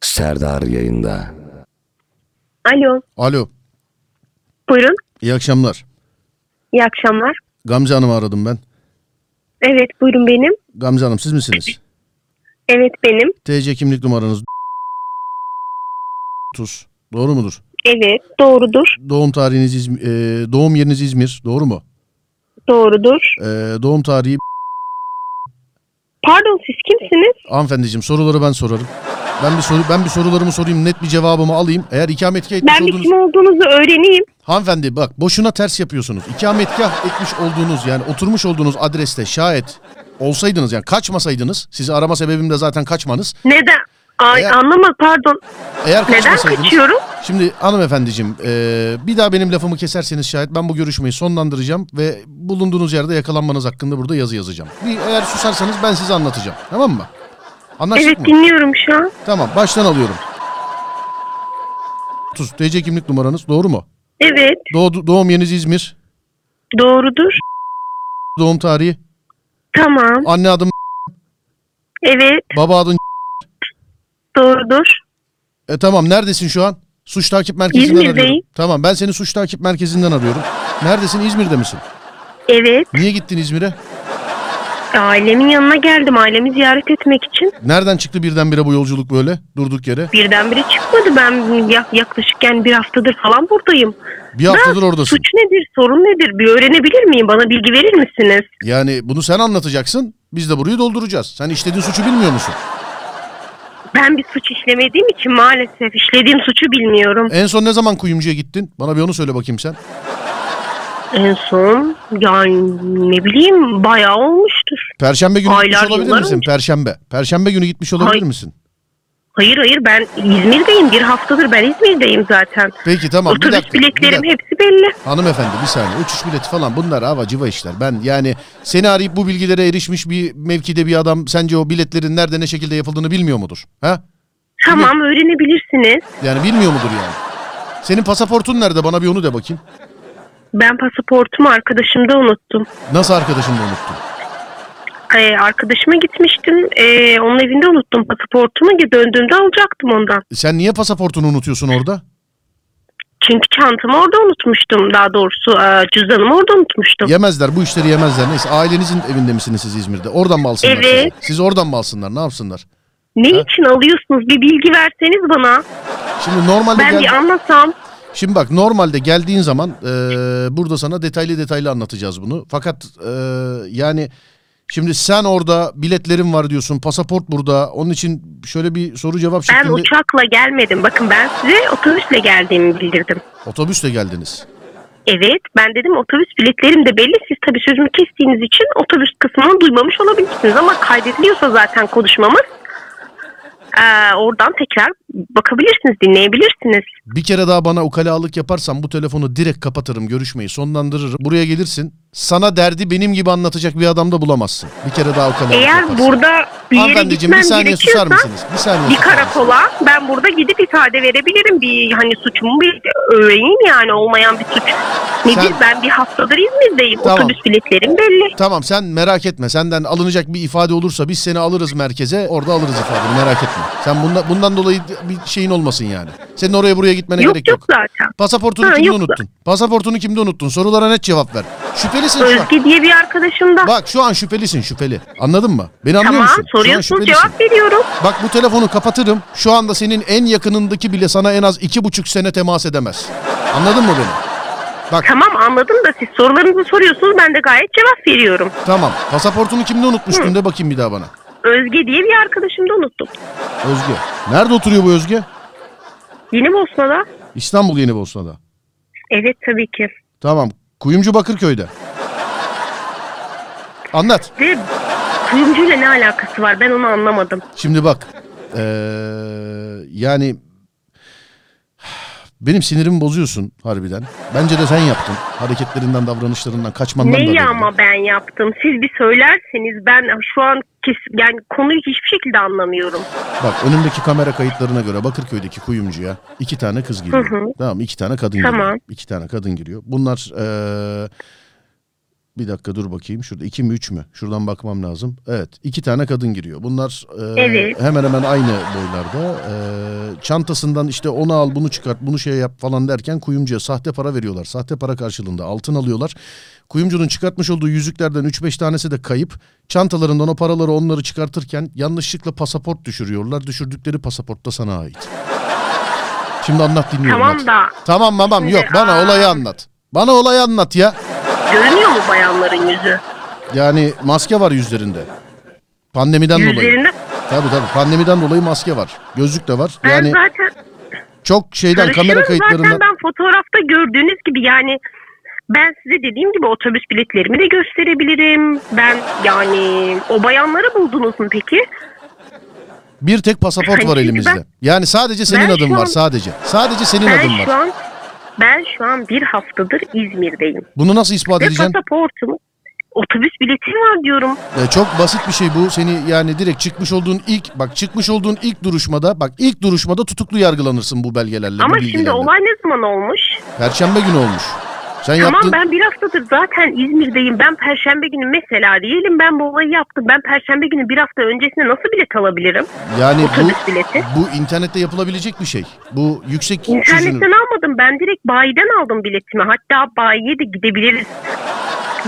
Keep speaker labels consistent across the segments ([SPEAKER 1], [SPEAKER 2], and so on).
[SPEAKER 1] Serdar yayında.
[SPEAKER 2] Alo,
[SPEAKER 3] Alo,
[SPEAKER 2] buyurun.
[SPEAKER 3] iyi akşamlar.
[SPEAKER 2] İyi akşamlar.
[SPEAKER 3] Gamze Hanım'ı aradım ben.
[SPEAKER 2] Evet, buyurun benim.
[SPEAKER 3] Gamze Hanım siz misiniz?
[SPEAKER 2] Evet, benim.
[SPEAKER 3] TC kimlik numaranız 30. Doğru mudur?
[SPEAKER 2] Evet, doğrudur.
[SPEAKER 3] Doğum tarihiniz İzmir, doğum yeriniz İzmir, doğru mu?
[SPEAKER 2] Doğrudur.
[SPEAKER 3] E, doğum tarihi
[SPEAKER 2] Pardon, siz kimsiniz?
[SPEAKER 3] hanımefendiciğim soruları ben sorarım. Ben bir soru ben bir sorularımı sorayım, net bir cevabımı alayım. Eğer ikametgah etmiş
[SPEAKER 2] Ben bir
[SPEAKER 3] olduğunuz
[SPEAKER 2] kim olduğunuzu öğreneyim.
[SPEAKER 3] hanımefendi bak boşuna ters yapıyorsunuz. İkametgah etmiş olduğunuz yani oturmuş olduğunuz adreste şayet olsaydınız yani kaçmasaydınız sizi arama sebebim de zaten kaçmanız.
[SPEAKER 2] Neden? Ay,
[SPEAKER 3] Eğer-
[SPEAKER 2] anlamadım. Pardon.
[SPEAKER 3] Eğer
[SPEAKER 2] Neden
[SPEAKER 3] kaçmasaydınız
[SPEAKER 2] kaçıyorum?
[SPEAKER 3] Şimdi hanımefendiciğim eee, bir daha benim lafımı keserseniz şayet ben bu görüşmeyi sonlandıracağım ve bulunduğunuz yerde yakalanmanız hakkında burada yazı yazacağım. Bir, eğer susarsanız ben size anlatacağım tamam mı? Anlaştık
[SPEAKER 2] Evet,
[SPEAKER 3] mı?
[SPEAKER 2] dinliyorum şu an.
[SPEAKER 3] Tamam baştan alıyorum. 30 TC kimlik numaranız doğru mu?
[SPEAKER 2] Evet,
[SPEAKER 3] Doğdu- doğum yeriniz İzmir.
[SPEAKER 2] doğrudur.
[SPEAKER 3] Doğum tarihi.
[SPEAKER 2] Tamam.
[SPEAKER 3] Anne adım
[SPEAKER 2] Evet,
[SPEAKER 3] baba adın
[SPEAKER 2] doğrudur.
[SPEAKER 3] E tamam neredesin şu an? Suç takip merkezinden
[SPEAKER 2] İzmir'deyim.
[SPEAKER 3] arıyorum. Tamam ben seni suç takip merkezinden arıyorum. Neredesin İzmir'de misin?
[SPEAKER 2] Evet,
[SPEAKER 3] Niye gittin İzmir'e?
[SPEAKER 2] ailemin yanına geldim. Ailemi ziyaret etmek için.
[SPEAKER 3] Nereden çıktı birdenbire bu yolculuk böyle durduk yere?
[SPEAKER 2] Birdenbire çıkmadı. Ben ya- yaklaşık yani bir haftadır falan buradayım.
[SPEAKER 3] Bir haftadır oradasın.
[SPEAKER 2] Suç nedir, sorun nedir? Bir öğrenebilir miyim? Bana bilgi verir misiniz?
[SPEAKER 3] Yani bunu sen anlatacaksın. Biz de burayı dolduracağız. Sen işlediğin suçu bilmiyor musun?
[SPEAKER 2] Ben bir suç işlemediğim için maalesef işlediğim suçu bilmiyorum.
[SPEAKER 3] En son ne zaman kuyumcuya gittin? Bana bir onu söyle bakayım sen.
[SPEAKER 2] En son yani ne bileyim bayağı olmuştur.
[SPEAKER 3] Perşembe günü
[SPEAKER 2] Aylar,
[SPEAKER 3] gitmiş olabilir
[SPEAKER 2] yıllar
[SPEAKER 3] misin?
[SPEAKER 2] önce.
[SPEAKER 3] Perşembe. Perşembe günü gitmiş olabilir
[SPEAKER 2] Hayır.
[SPEAKER 3] misin?
[SPEAKER 2] Hayır hayır ben İzmir'deyim. Bir haftadır ben İzmir'deyim zaten.
[SPEAKER 3] Peki tamam bir
[SPEAKER 2] Otobüs
[SPEAKER 3] dakika. bir
[SPEAKER 2] biletlerim
[SPEAKER 3] dakika.
[SPEAKER 2] hepsi belli.
[SPEAKER 3] Hanımefendi bir saniye. Uçuş bileti falan bunlar hava civa işler. Ben yani seni arayıp bu bilgilere erişmiş bir mevkide bir adam sence o biletlerin nerede ne şekilde yapıldığını bilmiyor mudur? Ha?
[SPEAKER 2] Tamam öğrenebilirsiniz.
[SPEAKER 3] Yani bilmiyor mudur yani? Senin pasaportun nerede? Bana bir onu de bakayım.
[SPEAKER 2] Ben pasaportumu arkadaşımda unuttum.
[SPEAKER 3] Nasıl arkadaşını da unuttun?
[SPEAKER 2] Ee, arkadaşıma gitmiştim. Ee, onun evinde unuttum pasaportumu. Döndüğümde alacaktım ondan.
[SPEAKER 3] Sen niye pasaportunu unutuyorsun orada?
[SPEAKER 2] Çünkü çantamı orada unutmuştum. Daha doğrusu e, cüzdanımı orada unutmuştum.
[SPEAKER 3] Yemezler bu işleri yemezler. Neyse ailenizin evinde misiniz siz İzmir'de? Oradan mı alsınlar?
[SPEAKER 2] Evet.
[SPEAKER 3] sizi? Siz oradan mı alsınlar? Ne yapsınlar?
[SPEAKER 2] Ne için alıyorsunuz? Bir bilgi verseniz bana.
[SPEAKER 3] Şimdi normalde
[SPEAKER 2] Ben
[SPEAKER 3] gel-
[SPEAKER 2] bir anlasam.
[SPEAKER 3] Şimdi bak normalde geldiğin zaman e, burada sana detaylı detaylı anlatacağız bunu. Fakat e, yani şimdi sen orada biletlerin var diyorsun. Pasaport burada. Onun için şöyle bir soru cevap
[SPEAKER 2] Ben
[SPEAKER 3] şeklinde
[SPEAKER 2] uçakla gelmedim. Bakın ben size otobüsle geldiğimi bildirdim.
[SPEAKER 3] otobüsle geldiniz.
[SPEAKER 2] Evet ben dedim otobüs biletlerim de belli. Siz tabii sözümü kestiğiniz için otobüs kısmını duymamış olabilirsiniz. Ama kaydediliyorsa zaten konuşmamız eee, oradan tekrar bakabilirsiniz, dinleyebilirsiniz.
[SPEAKER 3] Bir kere daha bana ukalalık yaparsan bu telefonu direkt kapatırım. Görüşmeyi sonlandırırım. Buraya gelirsin. Sana derdi benim gibi anlatacak bir adam da bulamazsın. Bir kere daha ukalalık
[SPEAKER 2] Eğer
[SPEAKER 3] yaparsan.
[SPEAKER 2] burada bir yere
[SPEAKER 3] Hanımefendiciğim
[SPEAKER 2] gitmem
[SPEAKER 3] bir saniye susar
[SPEAKER 2] gerekiyorsa
[SPEAKER 3] mısınız? Bir saniye
[SPEAKER 2] bir
[SPEAKER 3] susar mısınız?
[SPEAKER 2] karakola ben burada gidip ifade verebilirim. Bir hani suçumu bir öğreneyim yani olmayan bir suç. Nedir?
[SPEAKER 3] Sen-
[SPEAKER 2] Ben bir haftadır İzmir'deyim.
[SPEAKER 3] Tamam.
[SPEAKER 2] Otobüs biletlerim belli.
[SPEAKER 3] Tamam sen merak etme. Senden alınacak bir ifade olursa biz seni alırız merkeze. Orada alırız ifadeni merak etme. Sen bunda, bundan dolayı bir şeyin olmasın yani. Senin oraya buraya gitmene
[SPEAKER 2] Yok
[SPEAKER 3] gerek yok.
[SPEAKER 2] yok zaten.
[SPEAKER 3] Pasaportunu
[SPEAKER 2] Ha,
[SPEAKER 3] kimde
[SPEAKER 2] yok.
[SPEAKER 3] unuttun? Pasaportunu kimde unuttun? Sorulara net cevap ver. Şüphelisin şu an.
[SPEAKER 2] Özge diye bir arkadaşım da.
[SPEAKER 3] şey Bak şu an şüphelisin şüpheli. Anladın mı? Beni anlıyor
[SPEAKER 2] Tamam
[SPEAKER 3] musun? Şu an
[SPEAKER 2] soruyorsunuz
[SPEAKER 3] şüphelisin.
[SPEAKER 2] cevap veriyorum.
[SPEAKER 3] Bak bu telefonu kapatırım. Şu anda senin en yakınındaki bile sana en az iki buçuk sene temas edemez. Anladın mı beni? Bak
[SPEAKER 2] Tamam anladım da siz sorularınızı soruyorsunuz ben de gayet cevap veriyorum.
[SPEAKER 3] Tamam. Pasaportunu kimde unutmuştun de bakayım bir daha bana.
[SPEAKER 2] Özge diye bir arkadaşım da unuttum.
[SPEAKER 3] Özge. Nerede oturuyor bu Özge?
[SPEAKER 2] Yeni Bosna'da.
[SPEAKER 3] İstanbul Yeni Bosna'da.
[SPEAKER 2] Evet tabii ki.
[SPEAKER 3] Tamam. Kuyumcu Bakırköy'de. Anlat.
[SPEAKER 2] De kuyumcuyla ne alakası var ben onu anlamadım.
[SPEAKER 3] Şimdi bak. Ee, yani benim sinirimi bozuyorsun harbiden. Bence de sen yaptın. Hareketlerinden, davranışlarından, kaçmandan da
[SPEAKER 2] Neyi
[SPEAKER 3] belli.
[SPEAKER 2] ama ben yaptım? Siz bir söylerseniz ben şu an kes, yani konuyu hiçbir şekilde anlamıyorum.
[SPEAKER 3] Bak önümdeki kamera kayıtlarına göre Bakırköy'deki kuyumcuya iki tane kız giriyor.
[SPEAKER 2] Hı hı.
[SPEAKER 3] Tamam iki tane kadın
[SPEAKER 2] Tamam.
[SPEAKER 3] giriyor. İki tane kadın giriyor. Bunlar eee, Bir dakika dur bakayım şurada iki mi üç mü? Şuradan bakmam lazım. Evet iki tane kadın giriyor. Bunlar e,
[SPEAKER 2] Evet.
[SPEAKER 3] hemen hemen aynı boylarda. E, çantasından işte onu al bunu çıkart bunu şey yap falan derken kuyumcuya sahte para veriyorlar. Sahte para karşılığında altın alıyorlar. Kuyumcunun çıkartmış olduğu yüzüklerden 3-5 tanesi de kayıp. Çantalarından o paraları onları çıkartırken yanlışlıkla pasaport düşürüyorlar. Düşürdükleri pasaport da sana ait. Şimdi anlat dinliyorum.
[SPEAKER 2] Tamam
[SPEAKER 3] hadi.
[SPEAKER 2] da-
[SPEAKER 3] Tamam tamam yok bana
[SPEAKER 2] Aa.
[SPEAKER 3] olayı anlat. Bana olayı anlat ya.
[SPEAKER 2] Görünüyor mu bayanların yüzü?
[SPEAKER 3] Yani maske var yüzlerinde. Pandemiden dolayı.
[SPEAKER 2] Yüzlerinde
[SPEAKER 3] Tabii tabii pandemiden dolayı maske var. Gözlük de var.
[SPEAKER 2] ben
[SPEAKER 3] Yani
[SPEAKER 2] zaten
[SPEAKER 3] çok şeyden kamera
[SPEAKER 2] karışıyorum.
[SPEAKER 3] kayıtlarından.
[SPEAKER 2] Zaten ben fotoğrafta gördüğünüz gibi yani ben size dediğim gibi otobüs biletlerimi de gösterebilirim. Ben yani o bayanları buldunuz mu peki?
[SPEAKER 3] Bir tek pasaport
[SPEAKER 2] Hani
[SPEAKER 3] var
[SPEAKER 2] çünkü
[SPEAKER 3] elimizde.
[SPEAKER 2] ben-
[SPEAKER 3] Yani sadece senin
[SPEAKER 2] Ben
[SPEAKER 3] adın
[SPEAKER 2] şu
[SPEAKER 3] var
[SPEAKER 2] an-
[SPEAKER 3] sadece. Sadece senin
[SPEAKER 2] Ben
[SPEAKER 3] adın var.
[SPEAKER 2] şu an ben şu an bir haftadır İzmir'deyim.
[SPEAKER 3] Bunu nasıl ispat
[SPEAKER 2] Ve
[SPEAKER 3] edeceksin?
[SPEAKER 2] pasaportum otobüs biletim var diyorum.
[SPEAKER 3] Ya E, çok basit bir şey bu. Seni yani direkt çıkmış olduğun ilk bak çıkmış olduğun ilk duruşmada bak ilk duruşmada tutuklu yargılanırsın bu belgelerle. bu
[SPEAKER 2] Ama
[SPEAKER 3] bilgilerle.
[SPEAKER 2] şimdi olay ne zaman olmuş?
[SPEAKER 3] Perşembe günü olmuş. Sen
[SPEAKER 2] Tamam
[SPEAKER 3] yaptın.
[SPEAKER 2] ben bir haftadır zaten İzmir'deyim. Ben perşembe günü mesela diyelim ben bu olayı yaptım. Ben perşembe günü bir hafta öncesinde nasıl bilet alabilirim?
[SPEAKER 3] yani bu
[SPEAKER 2] Otobüs bileti.
[SPEAKER 3] bu internette yapılabilecek bir şey. Bu yüksek çözünür-
[SPEAKER 2] İnternetten almadım. Ben direkt bayiden aldım biletimi. Hatta bayiye de gidebiliriz.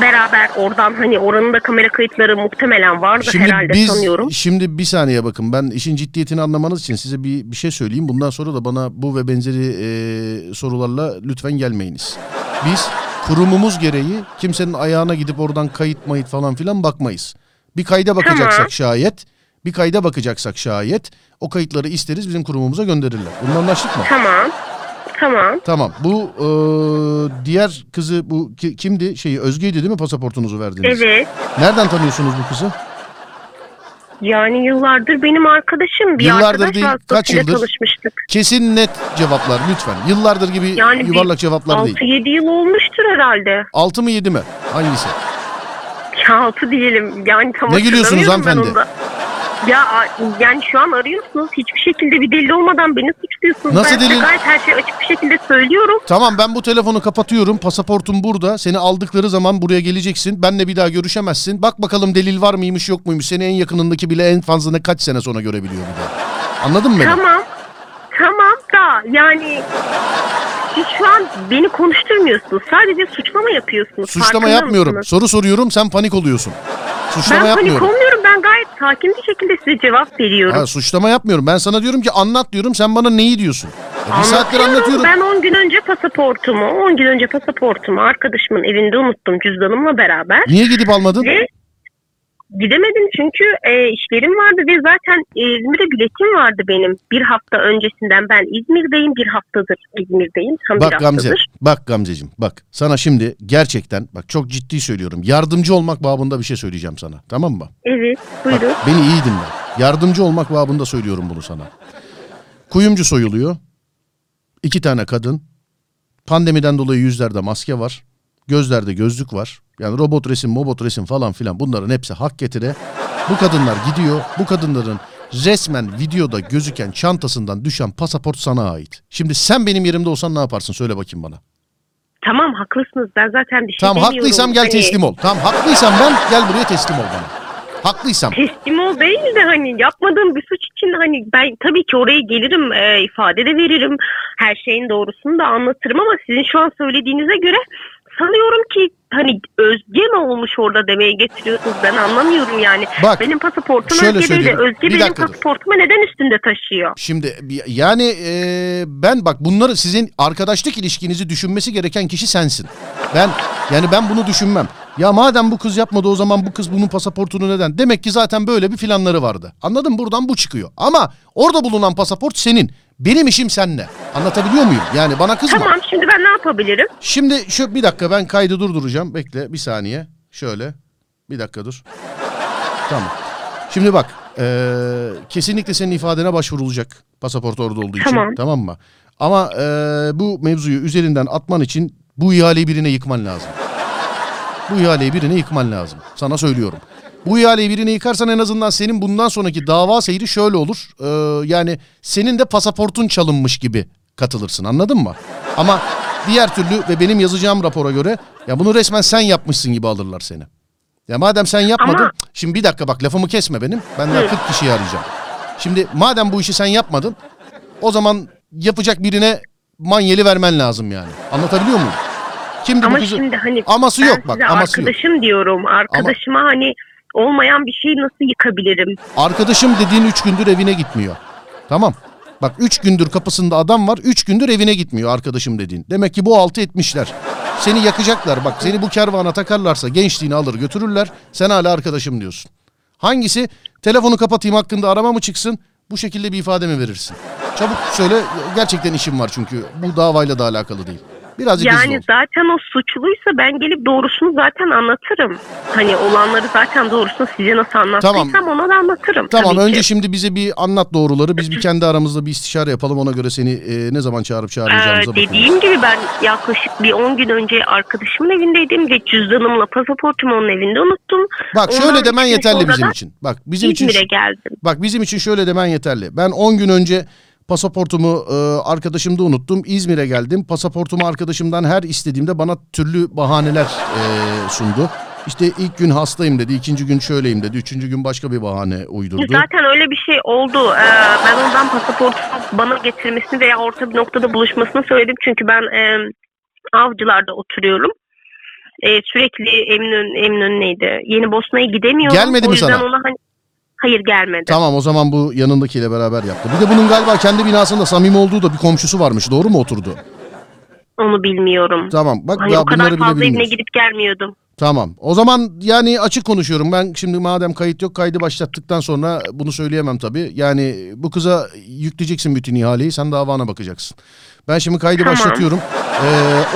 [SPEAKER 2] Beraber oradan hani oranın da kamera kayıtları muhtemelen vardı herhalde sanıyorum.
[SPEAKER 3] Şimdi bir saniye bakın ben işin ciddiyetini anlamanız için size bir, bir şey söyleyeyim. Bundan sonra da bana bu ve benzeri e, sorularla lütfen gelmeyiniz. Biz kurumumuz gereği kimsenin ayağına gidip oradan kayıt mayıt falan filan bakmayız. Bir kayda bakacaksak
[SPEAKER 2] Tamam.
[SPEAKER 3] şayet, bir kayda bakacaksak şayet o kayıtları isteriz bizim kurumumuza gönderirler. Bundan anlaştık mı?
[SPEAKER 2] Tamam. Tamam.
[SPEAKER 3] Tamam. Bu e, diğer kızı bu ki- kimdi? Şeyi Özge'ydi değil mi pasaportunuzu verdiğiniz?
[SPEAKER 2] Evet.
[SPEAKER 3] Nereden tanıyorsunuz bu kızı?
[SPEAKER 2] Yani yıllardır benim arkadaşım. Bir
[SPEAKER 3] Yıllardır
[SPEAKER 2] arkadaş
[SPEAKER 3] değil, kaç
[SPEAKER 2] vasıtasıyla
[SPEAKER 3] yıldır?
[SPEAKER 2] Tanışmıştık.
[SPEAKER 3] Kesin net cevaplar lütfen. Yıllardır gibi
[SPEAKER 2] Yani bir
[SPEAKER 3] yuvarlak cevaplar değil.
[SPEAKER 2] 6-7 yıl olmuştur herhalde.
[SPEAKER 3] 6 mı 7 mi? Hangisi?
[SPEAKER 2] Ya 6 diyelim. Yani tam
[SPEAKER 3] Ne gülüyorsunuz
[SPEAKER 2] hatırlamıyorum
[SPEAKER 3] hanımefendi?
[SPEAKER 2] ben onu da. Ya a- yani şu an arıyorsunuz. Hiçbir şekilde bir delil olmadan beni suçluyorsunuz.
[SPEAKER 3] Nasıl
[SPEAKER 2] ben size
[SPEAKER 3] delil-
[SPEAKER 2] Gayet her şeyi açık bir şekilde söylüyorum.
[SPEAKER 3] Tamam ben bu telefonu kapatıyorum. Pasaportum burada. Seni aldıkları zaman buraya geleceksin. Benle bir daha görüşemezsin. Bak bakalım delil var mıymış yok muymuş. Seni en yakınındaki bile en fazla ne kaç sene sonra görebiliyor bir daha. Anladın mı beni?
[SPEAKER 2] Tamam. Tamam da yani siz şu an beni konuşturmuyorsunuz. Sadece suçlama yapıyorsunuz.
[SPEAKER 3] Suçlama
[SPEAKER 2] Farkında
[SPEAKER 3] yapmıyorum.
[SPEAKER 2] mısınız?
[SPEAKER 3] Soru soruyorum sen panik oluyorsun. Suçlama
[SPEAKER 2] Ben panik
[SPEAKER 3] yapmıyorum.
[SPEAKER 2] olmuyorum. Ben gayet sakin bir şekilde size cevap veriyorum.
[SPEAKER 3] Ha, suçlama yapmıyorum. Ben sana diyorum ki anlat diyorum. Sen bana neyi diyorsun? E, bir saattir anlatıyorum.
[SPEAKER 2] Ben 10 gün önce pasaportumu, 10 gün önce pasaportumu arkadaşımın evinde unuttum cüzdanımla beraber.
[SPEAKER 3] Niye gidip almadın?
[SPEAKER 2] Ve gidemedim çünkü e, işlerim vardı ve zaten e, İzmir'e biletim vardı benim. Bir hafta öncesinden ben İzmir'deyim. Bir haftadır İzmir'deyim. Tam bir
[SPEAKER 3] Bak
[SPEAKER 2] haftadır.
[SPEAKER 3] Gamze, bak Gamzeciğim, bak sana şimdi gerçekten bak çok ciddi söylüyorum. Yardımcı olmak babında bir şey söyleyeceğim sana. Tamam mı?
[SPEAKER 2] Evet, buyurun.
[SPEAKER 3] Beni iyi dinle. Yardımcı olmak babında söylüyorum bunu sana. Kuyumcu soyuluyor. İki tane kadın. Pandemiden dolayı yüzlerde maske var. Gözlerde gözlük var. Yani robot resim, robot resim falan filan bunların hepsi hak getire. Bu kadınlar gidiyor. Bu kadınların resmen videoda gözüken çantasından düşen pasaport sana ait. Şimdi sen benim yerimde olsan ne yaparsın söyle bakayım bana.
[SPEAKER 2] Tamam haklısınız. Ben zaten bir şey
[SPEAKER 3] Tamam
[SPEAKER 2] demiyorum.
[SPEAKER 3] haklıysam gel
[SPEAKER 2] Hani
[SPEAKER 3] teslim ol. Tamam haklıysam ben gel buraya teslim ol bana. Haklıysam.
[SPEAKER 2] Teslim ol değil de hani yapmadığım bir suç için hani ben tabii ki oraya gelirim e, ifade de veririm. Her şeyin doğrusunu da anlatırım ama sizin şu an söylediğinize göre sanıyorum ki hani Özge mi olmuş orada demeye getiriyorsunuz ben anlamıyorum yani.
[SPEAKER 3] Bak,
[SPEAKER 2] benim pasaportum
[SPEAKER 3] şöyle
[SPEAKER 2] Özge değil de
[SPEAKER 3] söyleyeyim.
[SPEAKER 2] Özge
[SPEAKER 3] Bir
[SPEAKER 2] benim
[SPEAKER 3] dakika dur.
[SPEAKER 2] pasaportumu neden üstünde taşıyor?
[SPEAKER 3] Şimdi bir- yani e, ben bak bunları sizin arkadaşlık ilişkinizi düşünmesi gereken kişi sensin. Ben yani ben bunu düşünmem. Ya madem bu kız yapmadı o zaman bu kız bunun pasaportunu neden? Demek ki zaten böyle bir planları vardı. Anladın mı? Buradan bu çıkıyor. Ama orada bulunan pasaport senin. Benim işim senle. Anlatabiliyor muyum? Yani bana kızma.
[SPEAKER 2] Tamam şimdi ben ne yapabilirim?
[SPEAKER 3] Şimdi şu bir dakika ben kaydı durduracağım. Bekle bir saniye. Şöyle. Bir dakika dur. Tamam. Şimdi bak. eee, kesinlikle senin ifadene başvurulacak. Pasaport orada olduğu için.
[SPEAKER 2] Tamam.
[SPEAKER 3] mı? Ama eee, bu mevzuyu üzerinden atman için bu ihaleyi birine yıkman lazım. Bu ihaleyi birine yıkman lazım. Sana söylüyorum. Bu ihaleyi birine yıkarsan en azından senin bundan sonraki dava seyri şöyle olur. Ee, yani senin de pasaportun çalınmış gibi katılırsın anladın mı? Ama Diğer türlü ve benim yazacağım rapora göre ya bunu resmen sen yapmışsın gibi alırlar seni. Ya madem sen yapmadın.
[SPEAKER 2] Ama-
[SPEAKER 3] Şimdi bir dakika bak lafımı kesme benim. Ben daha 40 kişiyi arayacağım. Şimdi madem bu işi sen yapmadın. O zaman yapacak birine manyeli vermen lazım yani. Anlatabiliyor muyum? Kimdi bu
[SPEAKER 2] Ama
[SPEAKER 3] kızı?
[SPEAKER 2] şimdi hani
[SPEAKER 3] aması
[SPEAKER 2] ben
[SPEAKER 3] yok bak,
[SPEAKER 2] size
[SPEAKER 3] aması yok.
[SPEAKER 2] arkadaşım diyorum. Arkadaşıma hani olmayan bir şeyi nasıl yıkabilirim?
[SPEAKER 3] Arkadaşım dediğin 3 gündür evine gitmiyor. Tamam. Bak 3 gündür kapısında adam var. 3 gündür evine gitmiyor arkadaşım dediğin. Demek ki bu altı etmişler. Seni yakacaklar. Bak seni bu kervana takarlarsa gençliğini alır götürürler. Sen hala arkadaşım diyorsun. Hangisi? Telefonu kapatayım hakkında arama mı çıksın? Bu şekilde bir ifade mi verirsin? Çabuk söyle. Gerçekten işim var çünkü. Bu davayla da alakalı değil. Birazcık hızlı
[SPEAKER 2] Yani
[SPEAKER 3] ol.
[SPEAKER 2] zaten o suçluysa ben gelip doğrusunu zaten anlatırım. Hani olanları zaten doğrusunu size nasıl anlattıysam
[SPEAKER 3] Tamam.
[SPEAKER 2] ona da anlatırım.
[SPEAKER 3] Tamam
[SPEAKER 2] tabii ki.
[SPEAKER 3] önce şey şimdi bize bir anlat doğruları. Biz bir kendi aramızda bir istişare yapalım. Ona göre seni e, ne zaman çağırıp çağırmayacağımıza
[SPEAKER 2] Ee,
[SPEAKER 3] bakalım.
[SPEAKER 2] dediğim gibi ben yaklaşık bir 10 gün önce arkadaşımın evindeydim ve cüzdanımla pasaportumu onun evinde unuttum.
[SPEAKER 3] Bak
[SPEAKER 2] Ondan şey
[SPEAKER 3] şöyle demen
[SPEAKER 2] üç gün
[SPEAKER 3] yeterli
[SPEAKER 2] sonra
[SPEAKER 3] bizim
[SPEAKER 2] da
[SPEAKER 3] için. Bak bizim için
[SPEAKER 2] İzmir'e geldim.
[SPEAKER 3] bak bizim için şöyle demen yeterli. Ben 10 gün önce pasaportumu e, arkadaşımda unuttum. İzmir'e geldim. Pasaportumu arkadaşımdan her istediğimde bana türlü bahaneler e, sundu. İşte ilk gün hastayım dedi, ikinci gün şöyleyim dedi, üçüncü gün başka bir bahane uydurdu.
[SPEAKER 2] Zaten öyle bir şey oldu. Ee, ben ondan pasaportu bana getirmesini veya orta bir noktada buluşmasını söyledim. Çünkü ben e, avcılarda oturuyorum. E, sürekli Eminönü, Eminönü'neydi. Yeni Bosna'ya gidemiyorum.
[SPEAKER 3] Gelmedi
[SPEAKER 2] o
[SPEAKER 3] mi
[SPEAKER 2] yüzden
[SPEAKER 3] sana?
[SPEAKER 2] Ona hani... Hayır gelmedi.
[SPEAKER 3] Tamam o zaman bu yanındakiyle beraber yaptı. Bir de bunun galiba kendi binasında samimi olduğu da bir komşusu varmış. Doğru mu oturdu?
[SPEAKER 2] Onu bilmiyorum.
[SPEAKER 3] Tamam bak
[SPEAKER 2] Hani
[SPEAKER 3] daha
[SPEAKER 2] o kadar
[SPEAKER 3] bunları bile
[SPEAKER 2] fazla evine
[SPEAKER 3] bilmiyoruz.
[SPEAKER 2] gidip gelmiyordum.
[SPEAKER 3] Tamam. O zaman yani açık konuşuyorum. Ben şimdi madem kayıt yok kaydı başlattıktan sonra bunu söyleyemem tabii. Yani bu kıza yükleyeceksin bütün ihaleyi sen davana bakacaksın. Ben şimdi kaydı
[SPEAKER 2] Tamam.
[SPEAKER 3] başlatıyorum. Ee,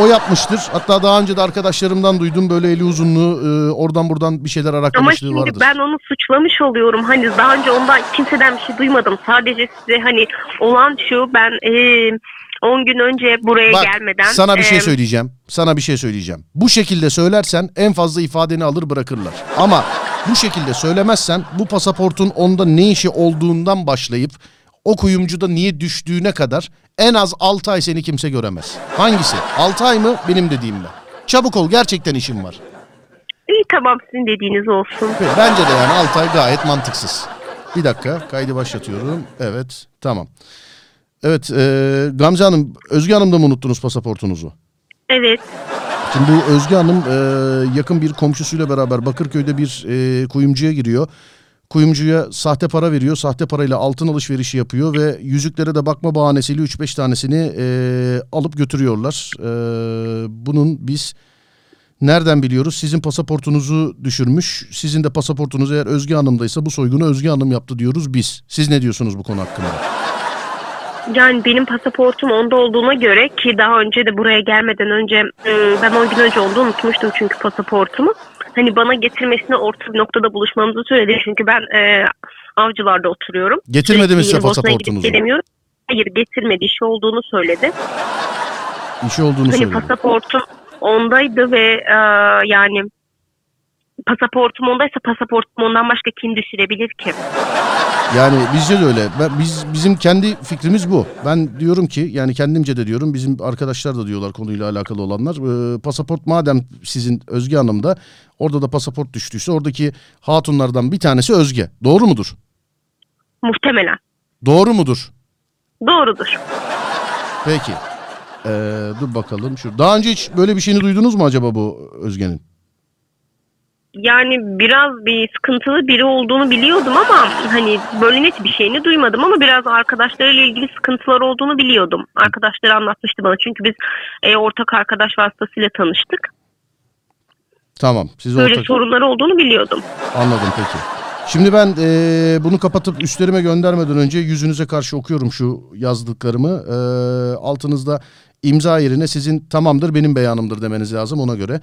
[SPEAKER 3] o yapmıştır. Hatta daha önce de arkadaşlarımdan duydum böyle eli uzunluğu e, oradan buradan bir şeyler
[SPEAKER 2] Ama
[SPEAKER 3] araklamışlığı
[SPEAKER 2] şimdi
[SPEAKER 3] şey vardır.
[SPEAKER 2] ben onu suçlamış oluyorum. Hani daha önce ondan kimseden bir şey duymadım. Sadece size hani olan şu ben eee, 10 gün önce buraya
[SPEAKER 3] Bak,
[SPEAKER 2] gelmeden e,
[SPEAKER 3] sana bir şey
[SPEAKER 2] eee,
[SPEAKER 3] söyleyeceğim. Sana bir şey söyleyeceğim. Bu şekilde söylersen en fazla ifadeni alır bırakırlar. Ama bu şekilde söylemezsen bu pasaportun onda ne işi olduğundan başlayıp o kuyumcuda niye düştüğüne kadar en az 6 ay seni kimse göremez. Hangisi? 6 ay mı? Benim dediğim mi? Çabuk ol gerçekten işim var.
[SPEAKER 2] İyi tamam sizin dediğiniz olsun.
[SPEAKER 3] Bence de yani 6 ay gayet mantıksız. Bir dakika kaydı başlatıyorum. Evet tamam. Evet eee, Gamze Hanım Özge Hanım da mı unuttunuz pasaportunuzu?
[SPEAKER 2] Evet.
[SPEAKER 3] Şimdi bu Özge Hanım e, yakın bir komşusuyla beraber Bakırköy'de bir e, kuyumcuya giriyor. Kuyumcuya sahte para veriyor. Sahte parayla altın alışverişi yapıyor ve yüzüklere de bakma bahanesiyle 3-5 tanesini e, alıp götürüyorlar. E, bunun biz nereden biliyoruz? Sizin pasaportunuzu düşürmüş. Sizin de pasaportunuz eğer Özge Hanım'daysa bu soygunu Özge Hanım yaptı diyoruz biz. Siz ne diyorsunuz bu konu hakkında?
[SPEAKER 2] Yani benim pasaportum onda olduğuna göre ki daha önce de buraya gelmeden önce ım, ben 10 gün önce onu da unutmuştum çünkü pasaportumu. Hani bana getirmesini orta bir noktada buluşmamızı söyledi. Çünkü ben eee, avcılarda oturuyorum.
[SPEAKER 3] Getirmedi
[SPEAKER 2] Sürekli
[SPEAKER 3] mi size
[SPEAKER 2] yeni Bosna'ya gidip
[SPEAKER 3] pasaportunuzu?
[SPEAKER 2] gelemiyorum. Hayır getirmedi işi olduğunu söyledi.
[SPEAKER 3] İşi olduğunu
[SPEAKER 2] Hani
[SPEAKER 3] söyledi.
[SPEAKER 2] pasaportum ondaydı ve e, yani pasaportum ondaysa pasaportum ondan başka kim düşürebilir ki?
[SPEAKER 3] Yani bizce de öyle. Ben, biz bizim kendi fikrimiz bu. Ben diyorum ki yani kendimce de diyorum bizim arkadaşlar da diyorlar konuyla alakalı olanlar. Ee, pasaport madem sizin Özge Hanım'da orada da pasaport düştüyse oradaki hatunlardan bir tanesi Özge. Doğru mudur?
[SPEAKER 2] Muhtemelen.
[SPEAKER 3] Doğru mudur?
[SPEAKER 2] Doğrudur.
[SPEAKER 3] Peki. Ee, dur bakalım şu. Daha önce hiç böyle bir şeyini duydunuz mu acaba bu Özge'nin?
[SPEAKER 2] Yani biraz bir sıkıntılı biri olduğunu biliyordum ama hani böyle net bir şeyini duymadım ama biraz arkadaşlarıyla ilgili sıkıntılar olduğunu biliyordum. Arkadaşları anlatmıştı bana çünkü biz e, ortak arkadaş vasıtasıyla tanıştık.
[SPEAKER 3] Tamam. Siz
[SPEAKER 2] Böyle
[SPEAKER 3] ortak-
[SPEAKER 2] sorunları olduğunu biliyordum.
[SPEAKER 3] Anladım peki. Şimdi ben eee, bunu kapatıp üstlerime göndermeden önce yüzünüze karşı okuyorum şu yazdıklarımı. Eee, altınızda imza yerine sizin tamamdır benim beyanımdır demeniz lazım ona göre.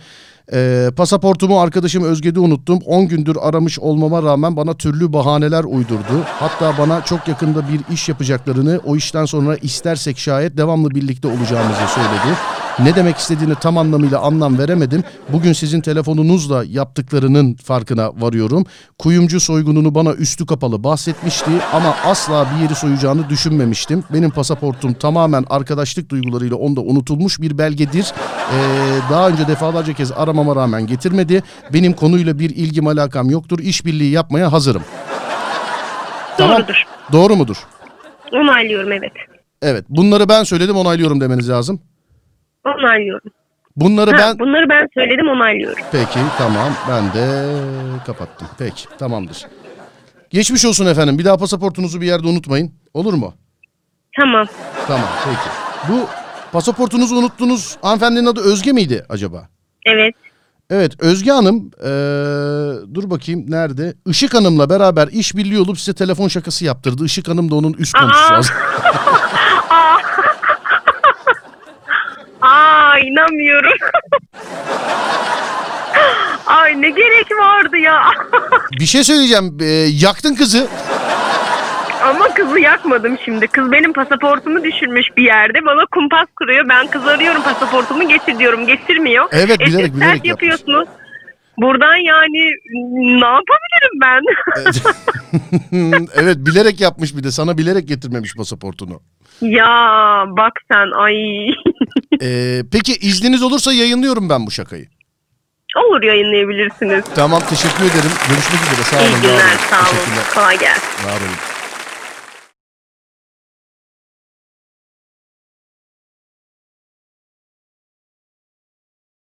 [SPEAKER 3] Eee, pasaportumu arkadaşım Özge'de unuttum. 10 gündür aramış olmama rağmen bana türlü bahaneler uydurdu. Hatta bana çok yakında bir iş yapacaklarını o işten sonra istersek şayet devamlı birlikte olacağımızı söyledi. Ne demek istediğini tam anlamıyla anlam veremedim. Bugün sizin telefonunuzla yaptıklarının farkına varıyorum. Kuyumcu soygununu bana üstü kapalı bahsetmişti ama asla bir yeri soyacağını düşünmemiştim. Benim pasaportum tamamen arkadaşlık duygularıyla onda unutulmuş bir belgedir. Ee, daha önce defalarca kez aramama rağmen getirmedi. Benim konuyla bir ilgim alakam yoktur. İşbirliği yapmaya hazırım. Tamam.
[SPEAKER 2] Doğrudur.
[SPEAKER 3] Doğru mudur?
[SPEAKER 2] Onaylıyorum evet.
[SPEAKER 3] Evet. Bunları ben söyledim onaylıyorum demeniz lazım.
[SPEAKER 2] Onaylıyorum.
[SPEAKER 3] Bunları
[SPEAKER 2] Ha,
[SPEAKER 3] E, ben...
[SPEAKER 2] Bunları ben söyledim onaylıyorum.
[SPEAKER 3] Peki tamam ben de kapattım. Peki tamamdır. Geçmiş olsun efendim. Bir daha pasaportunuzu bir yerde unutmayın. Olur mu?
[SPEAKER 2] Tamam.
[SPEAKER 3] Tamam peki. Bu pasaportunuzu unuttunuz hanımefendinin adı Özge miydi acaba?
[SPEAKER 2] Evet.
[SPEAKER 3] Evet Özge Hanım eee, dur bakayım nerede? Işık Hanım'la beraber işbirliği olup size telefon şakası yaptırdı. Işık Hanım da onun üst
[SPEAKER 2] Aa.
[SPEAKER 3] komşusu.
[SPEAKER 2] Aa inanmıyorum. Ay ne gerek vardı ya.
[SPEAKER 3] bir şey söyleyeceğim. Eee, yaktın kızı.
[SPEAKER 2] Ama kızı yakmadım şimdi. Kız benim pasaportumu düşürmüş bir yerde. Bana kumpas kuruyor. Ben kızı arıyorum pasaportumu getir diyorum. Getirmiyor.
[SPEAKER 3] Evet,
[SPEAKER 2] E,
[SPEAKER 3] bilerek,
[SPEAKER 2] siz
[SPEAKER 3] bilerek
[SPEAKER 2] ters yapıyorsunuz. Buradan yani ne yapabilirim ben?
[SPEAKER 3] Hmm, evet bilerek yapmış bir de. Sana bilerek getirmemiş pasaportunu.
[SPEAKER 2] ya bak sen ay.
[SPEAKER 3] Eee, peki izniniz olursa yayınlıyorum ben bu şakayı.
[SPEAKER 2] Olur yayınlayabilirsiniz.
[SPEAKER 3] Tamam teşekkür ederim. Görüşmek üzere. Sağ
[SPEAKER 2] İyi
[SPEAKER 3] olun. var
[SPEAKER 2] günler
[SPEAKER 3] olun.
[SPEAKER 2] sağ olun.
[SPEAKER 3] Teşekkürler.
[SPEAKER 2] Kolay gelsin.
[SPEAKER 3] Var olun.